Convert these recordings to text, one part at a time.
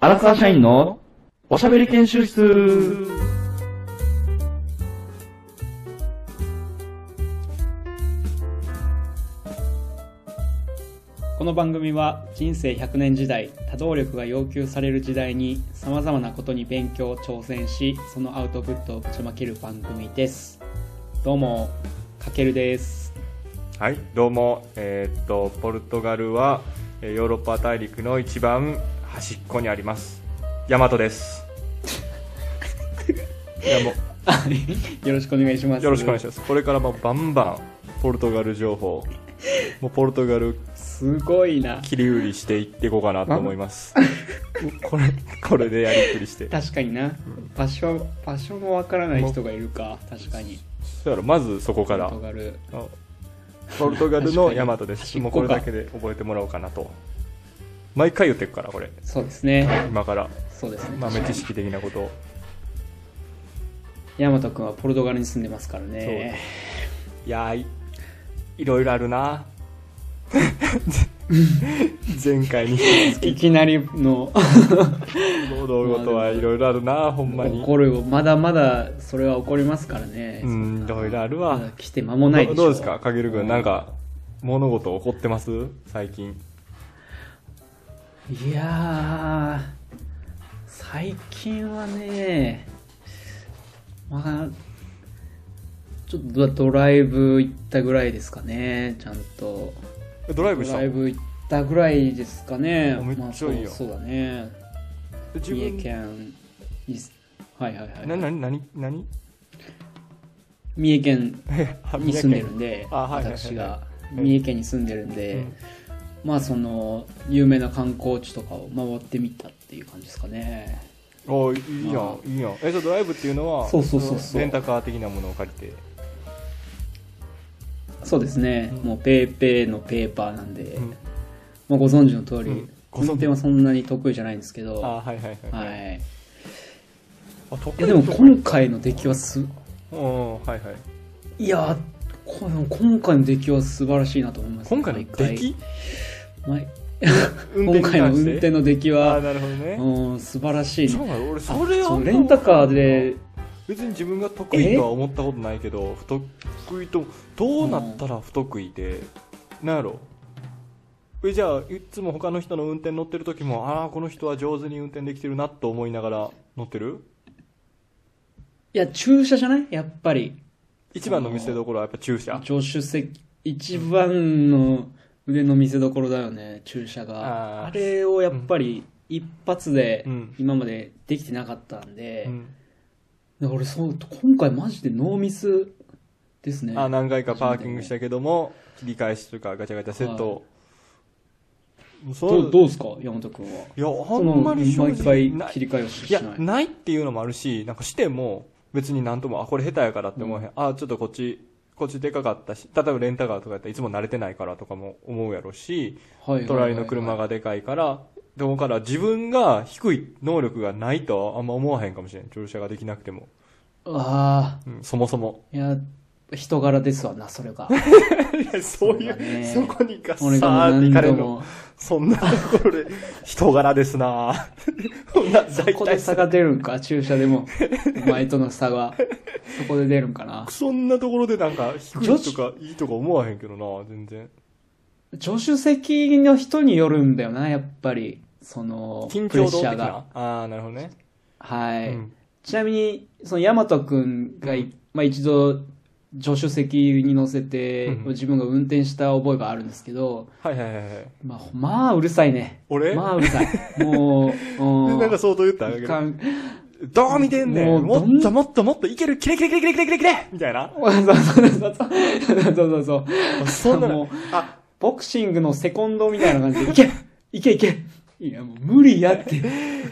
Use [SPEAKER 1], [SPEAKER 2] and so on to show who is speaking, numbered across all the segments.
[SPEAKER 1] 荒沢社員のおしゃべり研修室。
[SPEAKER 2] この番組は人生100年時代多動力が要求される時代にさまざまなことに勉強挑戦しそのアウトプットをぶちまける番組ですどうもかける です
[SPEAKER 3] はい、どうも、えーっとポルトガルはえーヨーロッパ大陸の一番端っこにありますヤマトです いやもう
[SPEAKER 2] あよろしくお願いします
[SPEAKER 3] よろしくお願いしますこれからもうバンバンポルトガル情報もうポルトガル
[SPEAKER 2] ますすごいな
[SPEAKER 3] 切り売りしていっていこうかなと思いますこれこれでやりっくりして
[SPEAKER 2] 確かにな場所場所もわからない人がいるか確かに
[SPEAKER 3] そやろまずそこから
[SPEAKER 2] ポルトガル
[SPEAKER 3] あポルトガルのヤマトで
[SPEAKER 2] 確か
[SPEAKER 3] す
[SPEAKER 2] に
[SPEAKER 3] もうこれだけで覚えてもらおうかなと毎回言ってくからこれ
[SPEAKER 2] そうですね
[SPEAKER 3] 今から
[SPEAKER 2] そうですね
[SPEAKER 3] 豆知識的なことを
[SPEAKER 2] 大和君はポルトガルに住んでますからね
[SPEAKER 3] いやーいいろいろあるな 前回に引き続
[SPEAKER 2] いきなりの
[SPEAKER 3] き堂々とはいろいろあるなほんま に
[SPEAKER 2] 怒るよまだまだそれは怒りますからね、
[SPEAKER 3] うんいろいろあるわ
[SPEAKER 2] まだ来て間もないでしょ
[SPEAKER 3] どどうですかかげる
[SPEAKER 2] う
[SPEAKER 3] 君なんか物事起こってます最近
[SPEAKER 2] いやー最近はねまあちょっとドライブ行ったぐらいですかねちゃんと
[SPEAKER 3] ドライ
[SPEAKER 2] ド
[SPEAKER 3] ブした
[SPEAKER 2] ライブ行ったぐらいですかね
[SPEAKER 3] あめっちゃいいやん
[SPEAKER 2] まあ、そうそうだね
[SPEAKER 3] 自
[SPEAKER 2] 三重
[SPEAKER 3] 分
[SPEAKER 2] 県伊勢はいはいはい
[SPEAKER 3] ななになに な に
[SPEAKER 2] 三重県
[SPEAKER 3] あ
[SPEAKER 2] に住んでるんで
[SPEAKER 3] あはいはいはい
[SPEAKER 2] 私が
[SPEAKER 3] い
[SPEAKER 2] 三重県に住んでるんで、
[SPEAKER 3] うん
[SPEAKER 2] まあその有名な観光地とかを回ってみたっていう感じですかね
[SPEAKER 3] おいいや
[SPEAKER 2] ま
[SPEAKER 3] んいいやんえじゃあドライブっていうのは
[SPEAKER 2] そうそうそうそう
[SPEAKER 3] のレンタカー的なものを借りて
[SPEAKER 2] そうですね、
[SPEAKER 3] うん
[SPEAKER 2] もうペーペーのペーパーなんで、
[SPEAKER 3] うん
[SPEAKER 2] まあ、ご存知の通り、
[SPEAKER 3] うんご存知
[SPEAKER 2] 運転はそんなに得意じゃないんですけどは
[SPEAKER 3] あはいはいはい
[SPEAKER 2] い、
[SPEAKER 3] はい
[SPEAKER 2] い、
[SPEAKER 3] あ得意
[SPEAKER 2] やでも今回の出来はす
[SPEAKER 3] うんはいはい
[SPEAKER 2] いやこの今回の出来は素晴らしいなと思います
[SPEAKER 3] 今回の出来
[SPEAKER 2] 毎回
[SPEAKER 3] 運
[SPEAKER 2] 毎今回の運
[SPEAKER 3] に関して
[SPEAKER 2] 転の出来
[SPEAKER 3] ああ
[SPEAKER 2] は
[SPEAKER 3] なるほどね、
[SPEAKER 2] うん素晴らしい
[SPEAKER 3] そうなの俺そ
[SPEAKER 2] あ
[SPEAKER 3] れは
[SPEAKER 2] そうレンタカーで
[SPEAKER 3] 別に自分が得意とは思ったことないけど不得意とどうなったら不得意で、なんやろえじゃあいつも他の人の運転乗ってる時もああこの人は上手に運転できてるなと思いながら乗ってる
[SPEAKER 2] いや駐車じゃないやっぱり
[SPEAKER 3] 一番の見せどころはやっぱ駐車
[SPEAKER 2] 助手席一番の腕の見せどころだよね注射が
[SPEAKER 3] あー
[SPEAKER 2] あれをやっぱり一発で
[SPEAKER 3] うん
[SPEAKER 2] 今までできてなかったんで、
[SPEAKER 3] うん
[SPEAKER 2] だから俺そう今回マジでノーミスですね
[SPEAKER 3] あ何回かパーキングしたけども切り返しとかガチャガチャセット、そう
[SPEAKER 2] どうどうですか山本君はい
[SPEAKER 3] やあ
[SPEAKER 2] そ
[SPEAKER 3] ん
[SPEAKER 2] の
[SPEAKER 3] まり正
[SPEAKER 2] 毎
[SPEAKER 3] 直
[SPEAKER 2] 回
[SPEAKER 3] ない
[SPEAKER 2] 切り替えをし
[SPEAKER 3] いや
[SPEAKER 2] ない、
[SPEAKER 3] ないっていうのもあるし、なんかしても、別になんとも、あ、これ下手やからって思わへん。あ、ちょっとこっち、こっちでかかったし、例えばレンタカーとかやったらいつも慣れてないからとかも思うやろし、
[SPEAKER 2] はいはいはいはい
[SPEAKER 3] トラリの車がでかいから、でもから自分が低い能力がないとはあんま思わへんかもしれん。乗車ができなくても。
[SPEAKER 2] ああ
[SPEAKER 3] うん、そもそも。
[SPEAKER 2] いや人柄ですわなそ れが
[SPEAKER 3] いや、そう
[SPEAKER 2] そうだね
[SPEAKER 3] こにガ
[SPEAKER 2] 俺がもう何度も
[SPEAKER 3] そんなところで、人柄ですなぁそんな、
[SPEAKER 2] そ
[SPEAKER 3] 大
[SPEAKER 2] こで
[SPEAKER 3] 体
[SPEAKER 2] 差が出るんか注射で もお前との差がそこで出るんかな
[SPEAKER 3] そんなところでなんか、低いとか、いいとか思わへんけどなぁ全然。
[SPEAKER 2] 助手席の人によるんだよな、やっぱり。その、
[SPEAKER 3] 緊
[SPEAKER 2] プレッ
[SPEAKER 3] 張
[SPEAKER 2] シ
[SPEAKER 3] 度
[SPEAKER 2] ャー
[SPEAKER 3] 的
[SPEAKER 2] が
[SPEAKER 3] な。ああなるほどね、
[SPEAKER 2] はい、
[SPEAKER 3] うん
[SPEAKER 2] ちなみに、その、ヤマトくんがい、まあ一度、助手席に乗せて、
[SPEAKER 3] うん
[SPEAKER 2] 自分が運転した覚えがあるんですけど、
[SPEAKER 3] はいはいはいはい
[SPEAKER 2] まあ、まあ、うるさいね。
[SPEAKER 3] 俺
[SPEAKER 2] まあ、うるさ い。もう、う
[SPEAKER 3] なんか相当言った
[SPEAKER 2] いか
[SPEAKER 3] ど
[SPEAKER 2] ん
[SPEAKER 3] どう見てんねん
[SPEAKER 2] もう
[SPEAKER 3] もっともっともっといけるキレキレキレキレキレキレキレみたい な
[SPEAKER 2] そうそうそうそう。そうそうそう。
[SPEAKER 3] そんな
[SPEAKER 2] もう
[SPEAKER 3] のあ
[SPEAKER 2] ボクシングのセコンドみたいな感じで、いけいけいけいや、もう無理やって。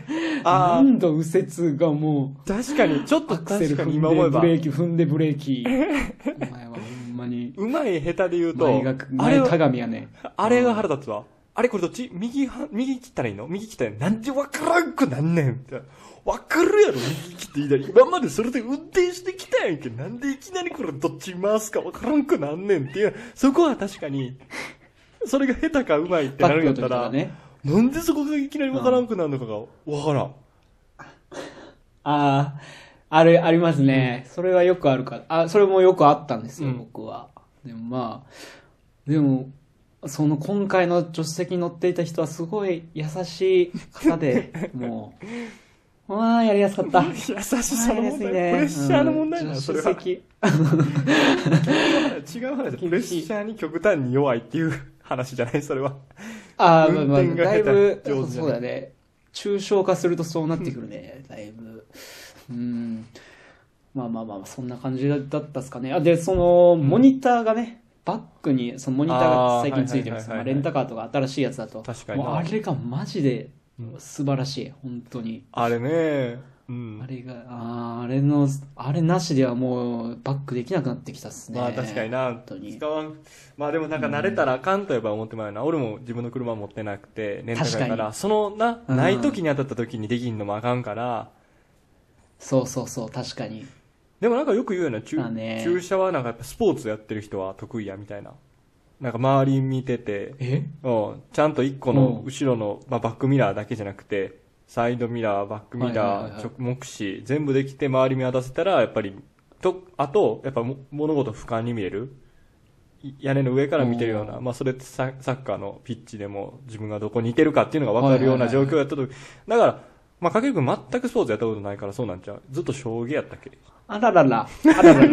[SPEAKER 3] あー
[SPEAKER 2] 何度右折がもう、
[SPEAKER 3] 確かにちょっと
[SPEAKER 2] アクセル
[SPEAKER 3] 確かに
[SPEAKER 2] 踏ん
[SPEAKER 3] 今思
[SPEAKER 2] で
[SPEAKER 3] えば
[SPEAKER 2] ブレーキ踏んでブレーキ。お前はほんまに、
[SPEAKER 3] うまい下手で言うと
[SPEAKER 2] 前学、
[SPEAKER 3] あれ
[SPEAKER 2] 前
[SPEAKER 3] は
[SPEAKER 2] 鏡やね。
[SPEAKER 3] あれが腹立つわあれこれどっち右は右切ったらいいの右切ったらいいのなんで分からんくなんねんみたいな分かるやろ右切っていいだ今までそれで運転してきたやんけなんでいきなりこれどっち回すか分からんくなんねんっていうそこは確かにそれが下手かうまいって
[SPEAKER 2] バ
[SPEAKER 3] な
[SPEAKER 2] ックの
[SPEAKER 3] るんやっ
[SPEAKER 2] 時
[SPEAKER 3] た
[SPEAKER 2] と
[SPEAKER 3] ら
[SPEAKER 2] かね。
[SPEAKER 3] なんでそこがいきなりわからんくなるのかがわからん。
[SPEAKER 2] ああ、あれ、ありますね。それはよくあるから。あ、それもよくあったんですよ、
[SPEAKER 3] うん
[SPEAKER 2] 僕は。でもまあ、でも、その今回の助手席に乗っていた人はすごい優しい方 で、もう、まあ、やりやすかった。
[SPEAKER 3] 優しさ
[SPEAKER 2] や
[SPEAKER 3] の
[SPEAKER 2] りや
[SPEAKER 3] 問
[SPEAKER 2] す
[SPEAKER 3] 題、
[SPEAKER 2] いね。
[SPEAKER 3] プレッシャーの問題な
[SPEAKER 2] う
[SPEAKER 3] の、
[SPEAKER 2] ん
[SPEAKER 3] それ
[SPEAKER 2] 助
[SPEAKER 3] は。違
[SPEAKER 2] 手席。
[SPEAKER 3] う話、プレッシャーに極端に弱いっていう話じゃない、それは。
[SPEAKER 2] ああ、まあ
[SPEAKER 3] 運
[SPEAKER 2] まあ、
[SPEAKER 3] 転が
[SPEAKER 2] だい
[SPEAKER 3] 下手
[SPEAKER 2] ぶ、
[SPEAKER 3] 上手じゃな
[SPEAKER 2] そ
[SPEAKER 3] い
[SPEAKER 2] うだね。抽象化するとそうなってくるね、だいぶ。うん。まあまあまあ、そんな感じだったっすかね。あ、で、その、モニターがね、バックに、そのモニターが最近ついてるんですよ。
[SPEAKER 3] あ
[SPEAKER 2] ま
[SPEAKER 3] ーは
[SPEAKER 2] あ
[SPEAKER 3] いはいはいはい
[SPEAKER 2] レンタカーとか新しいやつだと。
[SPEAKER 3] 確かに
[SPEAKER 2] もうあれがマジで
[SPEAKER 3] うん
[SPEAKER 2] 素晴らしい、本当に。
[SPEAKER 3] あれね、う
[SPEAKER 2] あ
[SPEAKER 3] ん。
[SPEAKER 2] れが、あーあれの、あれなしではもう、バックできなくなってきたっすね。
[SPEAKER 3] まあ確かにな
[SPEAKER 2] 本当、に
[SPEAKER 3] 使わん。まあでもなんか慣れたらあかんといえば思ってまうよな。俺も自分の車持ってなくて、レンタカーやか、
[SPEAKER 2] 確から
[SPEAKER 3] そのな、
[SPEAKER 2] うん
[SPEAKER 3] ない時に当たった時にできんのもあかんから、
[SPEAKER 2] そうそうそう、確かに。
[SPEAKER 3] でもなんかよく言うよな、
[SPEAKER 2] まあ
[SPEAKER 3] 駐,、
[SPEAKER 2] ね
[SPEAKER 3] 駐車はなんかやっぱスポーツやってる人は得意やみたいな。なんか周り見てて、
[SPEAKER 2] え
[SPEAKER 3] うん、ちゃんと一個
[SPEAKER 2] う
[SPEAKER 3] の
[SPEAKER 2] ん
[SPEAKER 3] 後ろの、まあ、バックミラーだけじゃなくて、サイドミラー、バックミ
[SPEAKER 2] はいはい
[SPEAKER 3] ラ
[SPEAKER 2] はい
[SPEAKER 3] ー、
[SPEAKER 2] はい
[SPEAKER 3] 直目視、全部できて周り見渡せたら、やっぱり、と、あと、やっぱも物事俯瞰に見える。い屋根の上から見てるような、まあそれってササッカーのピッチでも自分がどこにいてるかっていうのが分かるような
[SPEAKER 2] はいはい
[SPEAKER 3] 状
[SPEAKER 2] はい
[SPEAKER 3] 況やったと、だから、まあ、かけるくん全くスポーツやったことないからそうなんちゃうずっと将棋やったっけ
[SPEAKER 2] あららら。あらら ら。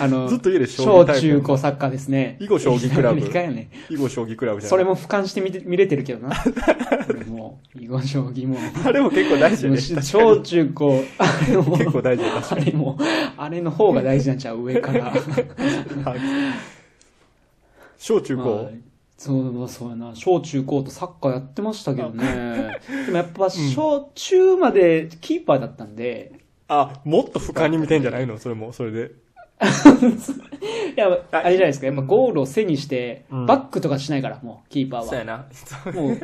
[SPEAKER 2] あの、
[SPEAKER 3] ずっと家で将棋
[SPEAKER 2] 小
[SPEAKER 3] タイプ
[SPEAKER 2] 中高サッカーですね。
[SPEAKER 3] 囲碁将棋クラブ
[SPEAKER 2] いきなりかやね。
[SPEAKER 3] 囲碁将棋クラブじゃない
[SPEAKER 2] それも俯瞰して見て見れてるけ どな。俺もう、囲碁将棋も。
[SPEAKER 3] あれも結構大事やね。
[SPEAKER 2] もう小中高、あれも、
[SPEAKER 3] 結構大事や確
[SPEAKER 2] あれも、あれの方が大事なんちゃう上から。
[SPEAKER 3] 小中
[SPEAKER 2] まあ
[SPEAKER 3] 高、
[SPEAKER 2] そう、そうやな。小中高とサッカーやってましたけど ね。でもやっぱ小中までキーパーだったんで、
[SPEAKER 3] あ、もっと俯瞰に見てんじゃないのそれも、それで。
[SPEAKER 2] いや、あれじゃないですか。やっぱゴールを背にして、
[SPEAKER 3] うん
[SPEAKER 2] バックとかしないから、もう、キーパーは。
[SPEAKER 3] な。
[SPEAKER 2] もう、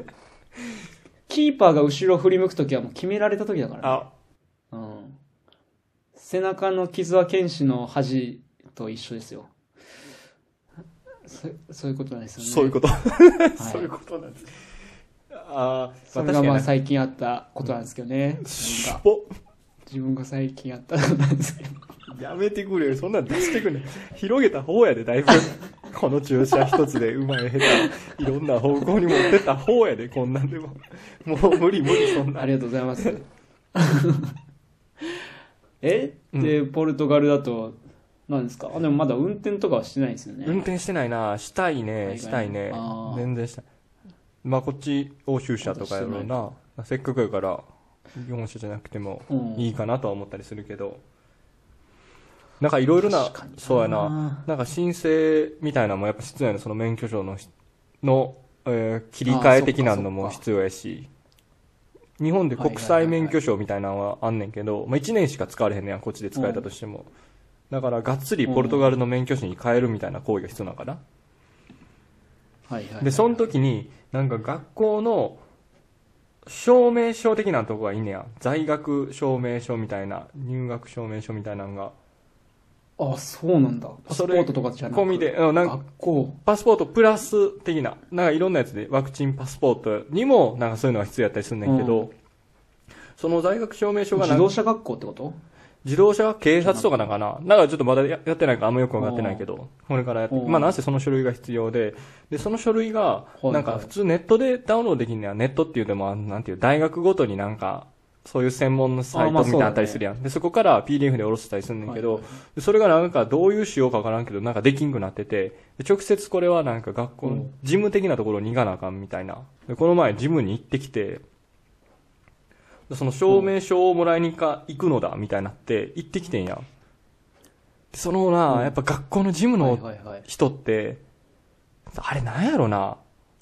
[SPEAKER 2] キーパーが後ろ振り向くときはもう決められたときだから、ね
[SPEAKER 3] あ、
[SPEAKER 2] うん。背中の傷は剣士の恥と一緒ですよ。そそういうことなんですよね。
[SPEAKER 3] そういうこと。
[SPEAKER 2] と。
[SPEAKER 3] そういうことなんです。あー、
[SPEAKER 2] それがまあ
[SPEAKER 3] 確か
[SPEAKER 2] 最近あったことなんですけどね。
[SPEAKER 3] に
[SPEAKER 2] 自
[SPEAKER 3] し
[SPEAKER 2] 分
[SPEAKER 3] ょ
[SPEAKER 2] が
[SPEAKER 3] ぼ
[SPEAKER 2] 自分が最近あったことなんです けど。
[SPEAKER 3] やめてくれよ。そんなん出してくんね広げた方やで、だいぶ。 この注射一つでうまい下手、いろんな方向に持ってった方やで、こんなんでも。もう無理無理、そんな
[SPEAKER 2] あ。りがとうござい ます。えで、ポルトガルだと、何ですかあ、でもまだ運転とかはしてないんですよね。
[SPEAKER 3] 運転してないなしたいね
[SPEAKER 2] 海外
[SPEAKER 3] したいね
[SPEAKER 2] あー
[SPEAKER 3] 全然したいまあこっち欧州車とかやろうなせっかくやから日本車じゃなくても
[SPEAKER 2] うん
[SPEAKER 3] いいかなとは思ったりするけど、なんかいろいろな
[SPEAKER 2] 確かにな
[SPEAKER 3] そうやななんか申請みたいなのもやっぱ必要やなその免許証のしの、えー切り替え的なの
[SPEAKER 2] あ
[SPEAKER 3] も
[SPEAKER 2] ーそっかそっか
[SPEAKER 3] 必要やし日本で国際免許証みたいなのはあんねんけど、まあ、1年しか使われへんねやこっちで使えたとしても、だからがっつりポルトガルの免許証に変えるみたいな行為が必要なのかな、
[SPEAKER 2] はいはいはい。
[SPEAKER 3] で、その時に、なんか学校の証明書的なとこがいいねや。在学証明書みたいな、入学証明書みたいなのが。
[SPEAKER 2] あ、そうなんだ。パスポ
[SPEAKER 3] それ
[SPEAKER 2] ートとかじゃなく
[SPEAKER 3] 込みで、うん、なんか、
[SPEAKER 2] 学校。
[SPEAKER 3] パスポートプラス的な、なんかいろんなやつで、ワクチンパスポートにも、なんかそういうのが必要やったりするんだけど、
[SPEAKER 2] う
[SPEAKER 3] その在学証明書が
[SPEAKER 2] 自
[SPEAKER 3] なんか
[SPEAKER 2] 動車学校ってこと
[SPEAKER 3] 自動車は警察とかなんかな。だからちょっとまだややってないからあんまよくわかってないけど、これからやって、
[SPEAKER 2] うん
[SPEAKER 3] まあなんせその書類が必要で、で、その書類が、
[SPEAKER 2] いはい
[SPEAKER 3] なんか普通ネットでダウンロードできるのはネットっていうでも、あのなんていう、大学ごとになんか、そういう専門のサイ
[SPEAKER 2] あ
[SPEAKER 3] ト
[SPEAKER 2] まあ
[SPEAKER 3] みたいなのあったりするやん。で、そこから PDF で下ろせたりするんだけど、
[SPEAKER 2] はい
[SPEAKER 3] でそれがなんかどういう仕様かわからんけど、なんかできんくなってて、で直接これはなんか学校
[SPEAKER 2] う
[SPEAKER 3] の
[SPEAKER 2] ん
[SPEAKER 3] 事務的なところに行かなあかんみたいな。で、この前ジムに行ってきて、でその証明書をもらいにか行くのだみたいになって行ってきてんやんでそのな、やっぱ学校のジム
[SPEAKER 2] はい
[SPEAKER 3] の
[SPEAKER 2] はいはい。
[SPEAKER 3] 人って、あれなんやろな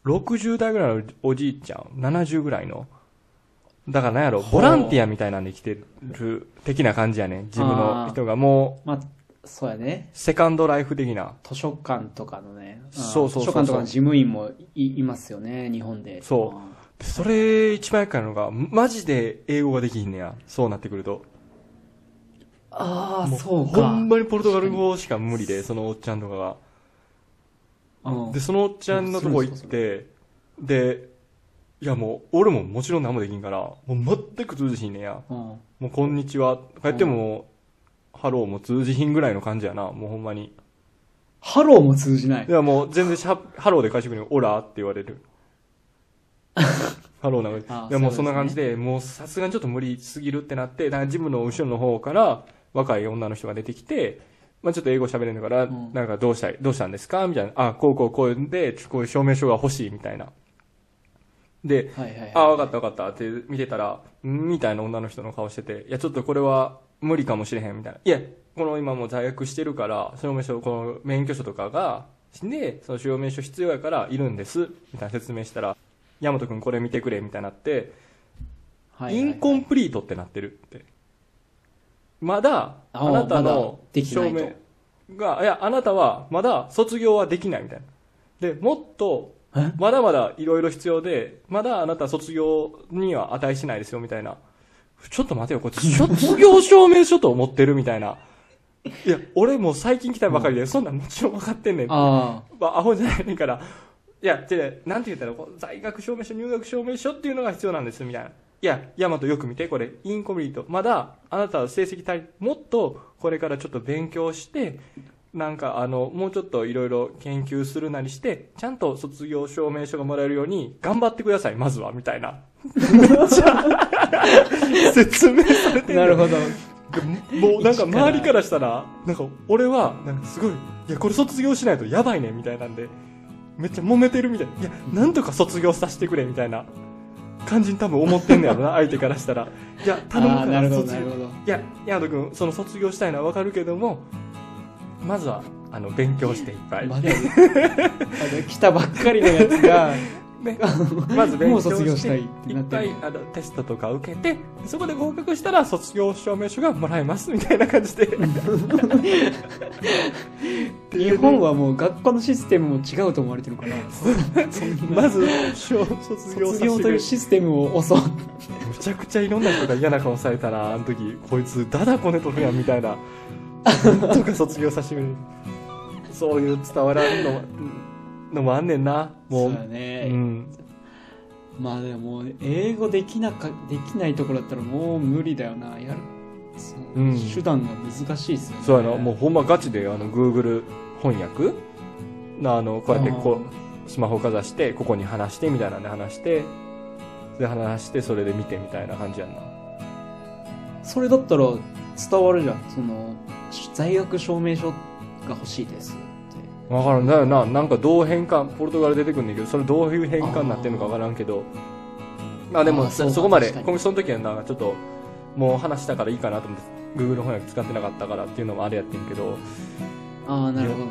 [SPEAKER 3] 60代ぐらいのおじいちゃん70ぐらいのだからなんやろボランティアみたいなんで来てる的な感じやねジムの人がも
[SPEAKER 2] まあ、そうやね
[SPEAKER 3] う。セカンドライフ的な
[SPEAKER 2] 図書館とかのね。あー
[SPEAKER 3] そうそうそ
[SPEAKER 2] 図書
[SPEAKER 3] うそう
[SPEAKER 2] 館とかの事務員もいいますよね、日本で。
[SPEAKER 3] そうでそれ一番厄介なのがマジで英語ができひんねやそうなってくると
[SPEAKER 2] あーあー、
[SPEAKER 3] も
[SPEAKER 2] そう
[SPEAKER 3] ほ
[SPEAKER 2] か。
[SPEAKER 3] んまにポルトガル語しか無理でそのおっちゃんとかが
[SPEAKER 2] うん
[SPEAKER 3] で、そのおっちゃんのとこ行って、で、いやもう俺ももちろん何もできんからもう全く通じひんねや
[SPEAKER 2] うん。
[SPEAKER 3] もうこんにちはとかやっても、ハローも通じひんぐらいの感じやなもうほんまに
[SPEAKER 2] ハローも通じない
[SPEAKER 3] い。やもう全然しゃハローで返してくれるオラって言わ れるハローなん
[SPEAKER 2] あ
[SPEAKER 3] か
[SPEAKER 2] あ
[SPEAKER 3] いやもう
[SPEAKER 2] そ
[SPEAKER 3] そ
[SPEAKER 2] うんですね
[SPEAKER 3] な感じでもうさすがにちょっと無理すぎるってなってなんかジムの後ろの方から若い女の人が出てきてまあちょっと英語喋れるから、
[SPEAKER 2] うん
[SPEAKER 3] なんかどうしたい、どうしたんですかみたいな。あ、こうこうこうんで、ちょこういう証明書が欲しいみたいな。で、
[SPEAKER 2] はいはいはい。
[SPEAKER 3] あ、わかったわかったって見てたら、んみたいな女の人の顔してて、いや、ちょっとこれは無理かもしれへんみたいな。いや、この今もう在学してるから、証明書、この免許証とかが、で、その証明書必要やからいるんです、みたいな説明したら、大和くんこれ見てくれ、みたいになって、
[SPEAKER 2] はいはいはい
[SPEAKER 3] インコンプリートってなってるって。まだ、
[SPEAKER 2] あ
[SPEAKER 3] あなた
[SPEAKER 2] まだ
[SPEAKER 3] の
[SPEAKER 2] できな
[SPEAKER 3] 証
[SPEAKER 2] いと
[SPEAKER 3] 明が、いや、あなたはまだ卒業はできないみたいな。で、もっと
[SPEAKER 2] え、
[SPEAKER 3] まだまだいろいろ必要で、まだあなた卒業には値しないですよみたいな。ちょっと待てよ、こ れ卒業証明書と思ってるみたいな。いや、俺もう最近来たばかりで、そんなんもちろん分かってんねん。
[SPEAKER 2] あ
[SPEAKER 3] まあ、アホじゃないねんから、いや、違う、なんて言ったら、こう在学証明書、入学証明書っていうのが必要なんです、みたいな。いや、ヤマトよく見て、これ、インコンプリート。まだ、あなたは成績足り、もっと、これからちょっと勉強して、なんか、あの、もうちょっといろいろ研究するなりして、ちゃんと卒業証明書がもらえるように、頑張ってください、まずは、みたいな。めっちゃ、説明さ
[SPEAKER 2] あ。
[SPEAKER 3] れて んだ
[SPEAKER 2] な
[SPEAKER 3] よ
[SPEAKER 2] るほど。
[SPEAKER 3] もうなんか周りからしたら、なんか俺は、なんかすごい、いや、これ卒業しないとやばいね、みたいなんで、めっちゃ揉めてるみたいな、いや、なんとか卒業させてくれ、みたいな感じに多分思ってんのや ろな、相手からしたら。いや、頼む
[SPEAKER 2] あ
[SPEAKER 3] か
[SPEAKER 2] あ、なる
[SPEAKER 3] ら
[SPEAKER 2] ほど、
[SPEAKER 3] 卒
[SPEAKER 2] な
[SPEAKER 3] 業
[SPEAKER 2] る。ほど。
[SPEAKER 3] いや、ヤード君、その卒業したいのはわかるけども、まずは、あの、勉強していっぱい。
[SPEAKER 2] まだ、まだ来たばっかりのやつが、
[SPEAKER 3] ね まず勉強
[SPEAKER 2] もう卒業
[SPEAKER 3] し
[SPEAKER 2] した
[SPEAKER 3] て、
[SPEAKER 2] い
[SPEAKER 3] い
[SPEAKER 2] ってな
[SPEAKER 3] っ
[SPEAKER 2] って
[SPEAKER 3] ぱ
[SPEAKER 2] る
[SPEAKER 3] いあのテストとか受けて、そこで合格したら卒業証明書がもらえますみたいな感じで。
[SPEAKER 2] 日本はもう学校のシステムも違うと思われてる から、
[SPEAKER 3] まず、卒業
[SPEAKER 2] 卒
[SPEAKER 3] させ
[SPEAKER 2] 業と
[SPEAKER 3] てく
[SPEAKER 2] い
[SPEAKER 3] れ
[SPEAKER 2] うシステムを襲う。
[SPEAKER 3] むちゃくちゃいろんな人が嫌な顔されたら、あの時、こいつ、だだこねとるやんみたいな。なんとか卒業させてくれる。そういう伝わらんのものもあんねんな。も
[SPEAKER 2] そう
[SPEAKER 3] う。
[SPEAKER 2] だね。
[SPEAKER 3] ん。
[SPEAKER 2] まあでも英語できなかできないところだったらもう無理だよなやるそう、
[SPEAKER 3] うん
[SPEAKER 2] 手段が難しいっすよね
[SPEAKER 3] そうやな。もうほんまガチで、あの、Google 翻訳なあの、こうやってこう、スマホかざして、ここに話してみたいなんで話して、で話して、それで見てみたいな感じやんな。
[SPEAKER 2] うんそれだったら伝わるじゃんその在学証明書が欲しいですっ
[SPEAKER 3] わからんだよななんかどう変換ポルトガル出てくるんだけどそれどういう変換になってるのかわからんけどまあで
[SPEAKER 2] あ
[SPEAKER 3] も
[SPEAKER 2] ーそう
[SPEAKER 3] そ
[SPEAKER 2] か
[SPEAKER 3] そこまで
[SPEAKER 2] 確かに
[SPEAKER 3] このその時はなんかちょっともう話したからいいかなと思って Google 翻訳使ってなかったからっていうのもあれやってんけど
[SPEAKER 2] てああなるほどなるほど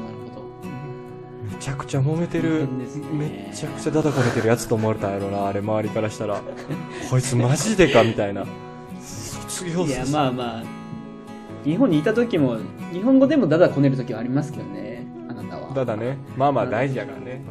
[SPEAKER 3] めちゃくちゃ揉めてる、
[SPEAKER 2] 大変ですね
[SPEAKER 3] めちゃくちゃダダこねてるやつと思われたんやろなあれ周りからし たらこいつマジでかみたいな卒業
[SPEAKER 2] いや
[SPEAKER 3] あ
[SPEAKER 2] まあまあ日本にいた時も日本語でもダダこねる時はありますけどねあなたは
[SPEAKER 3] だだねまあまあ大事やからね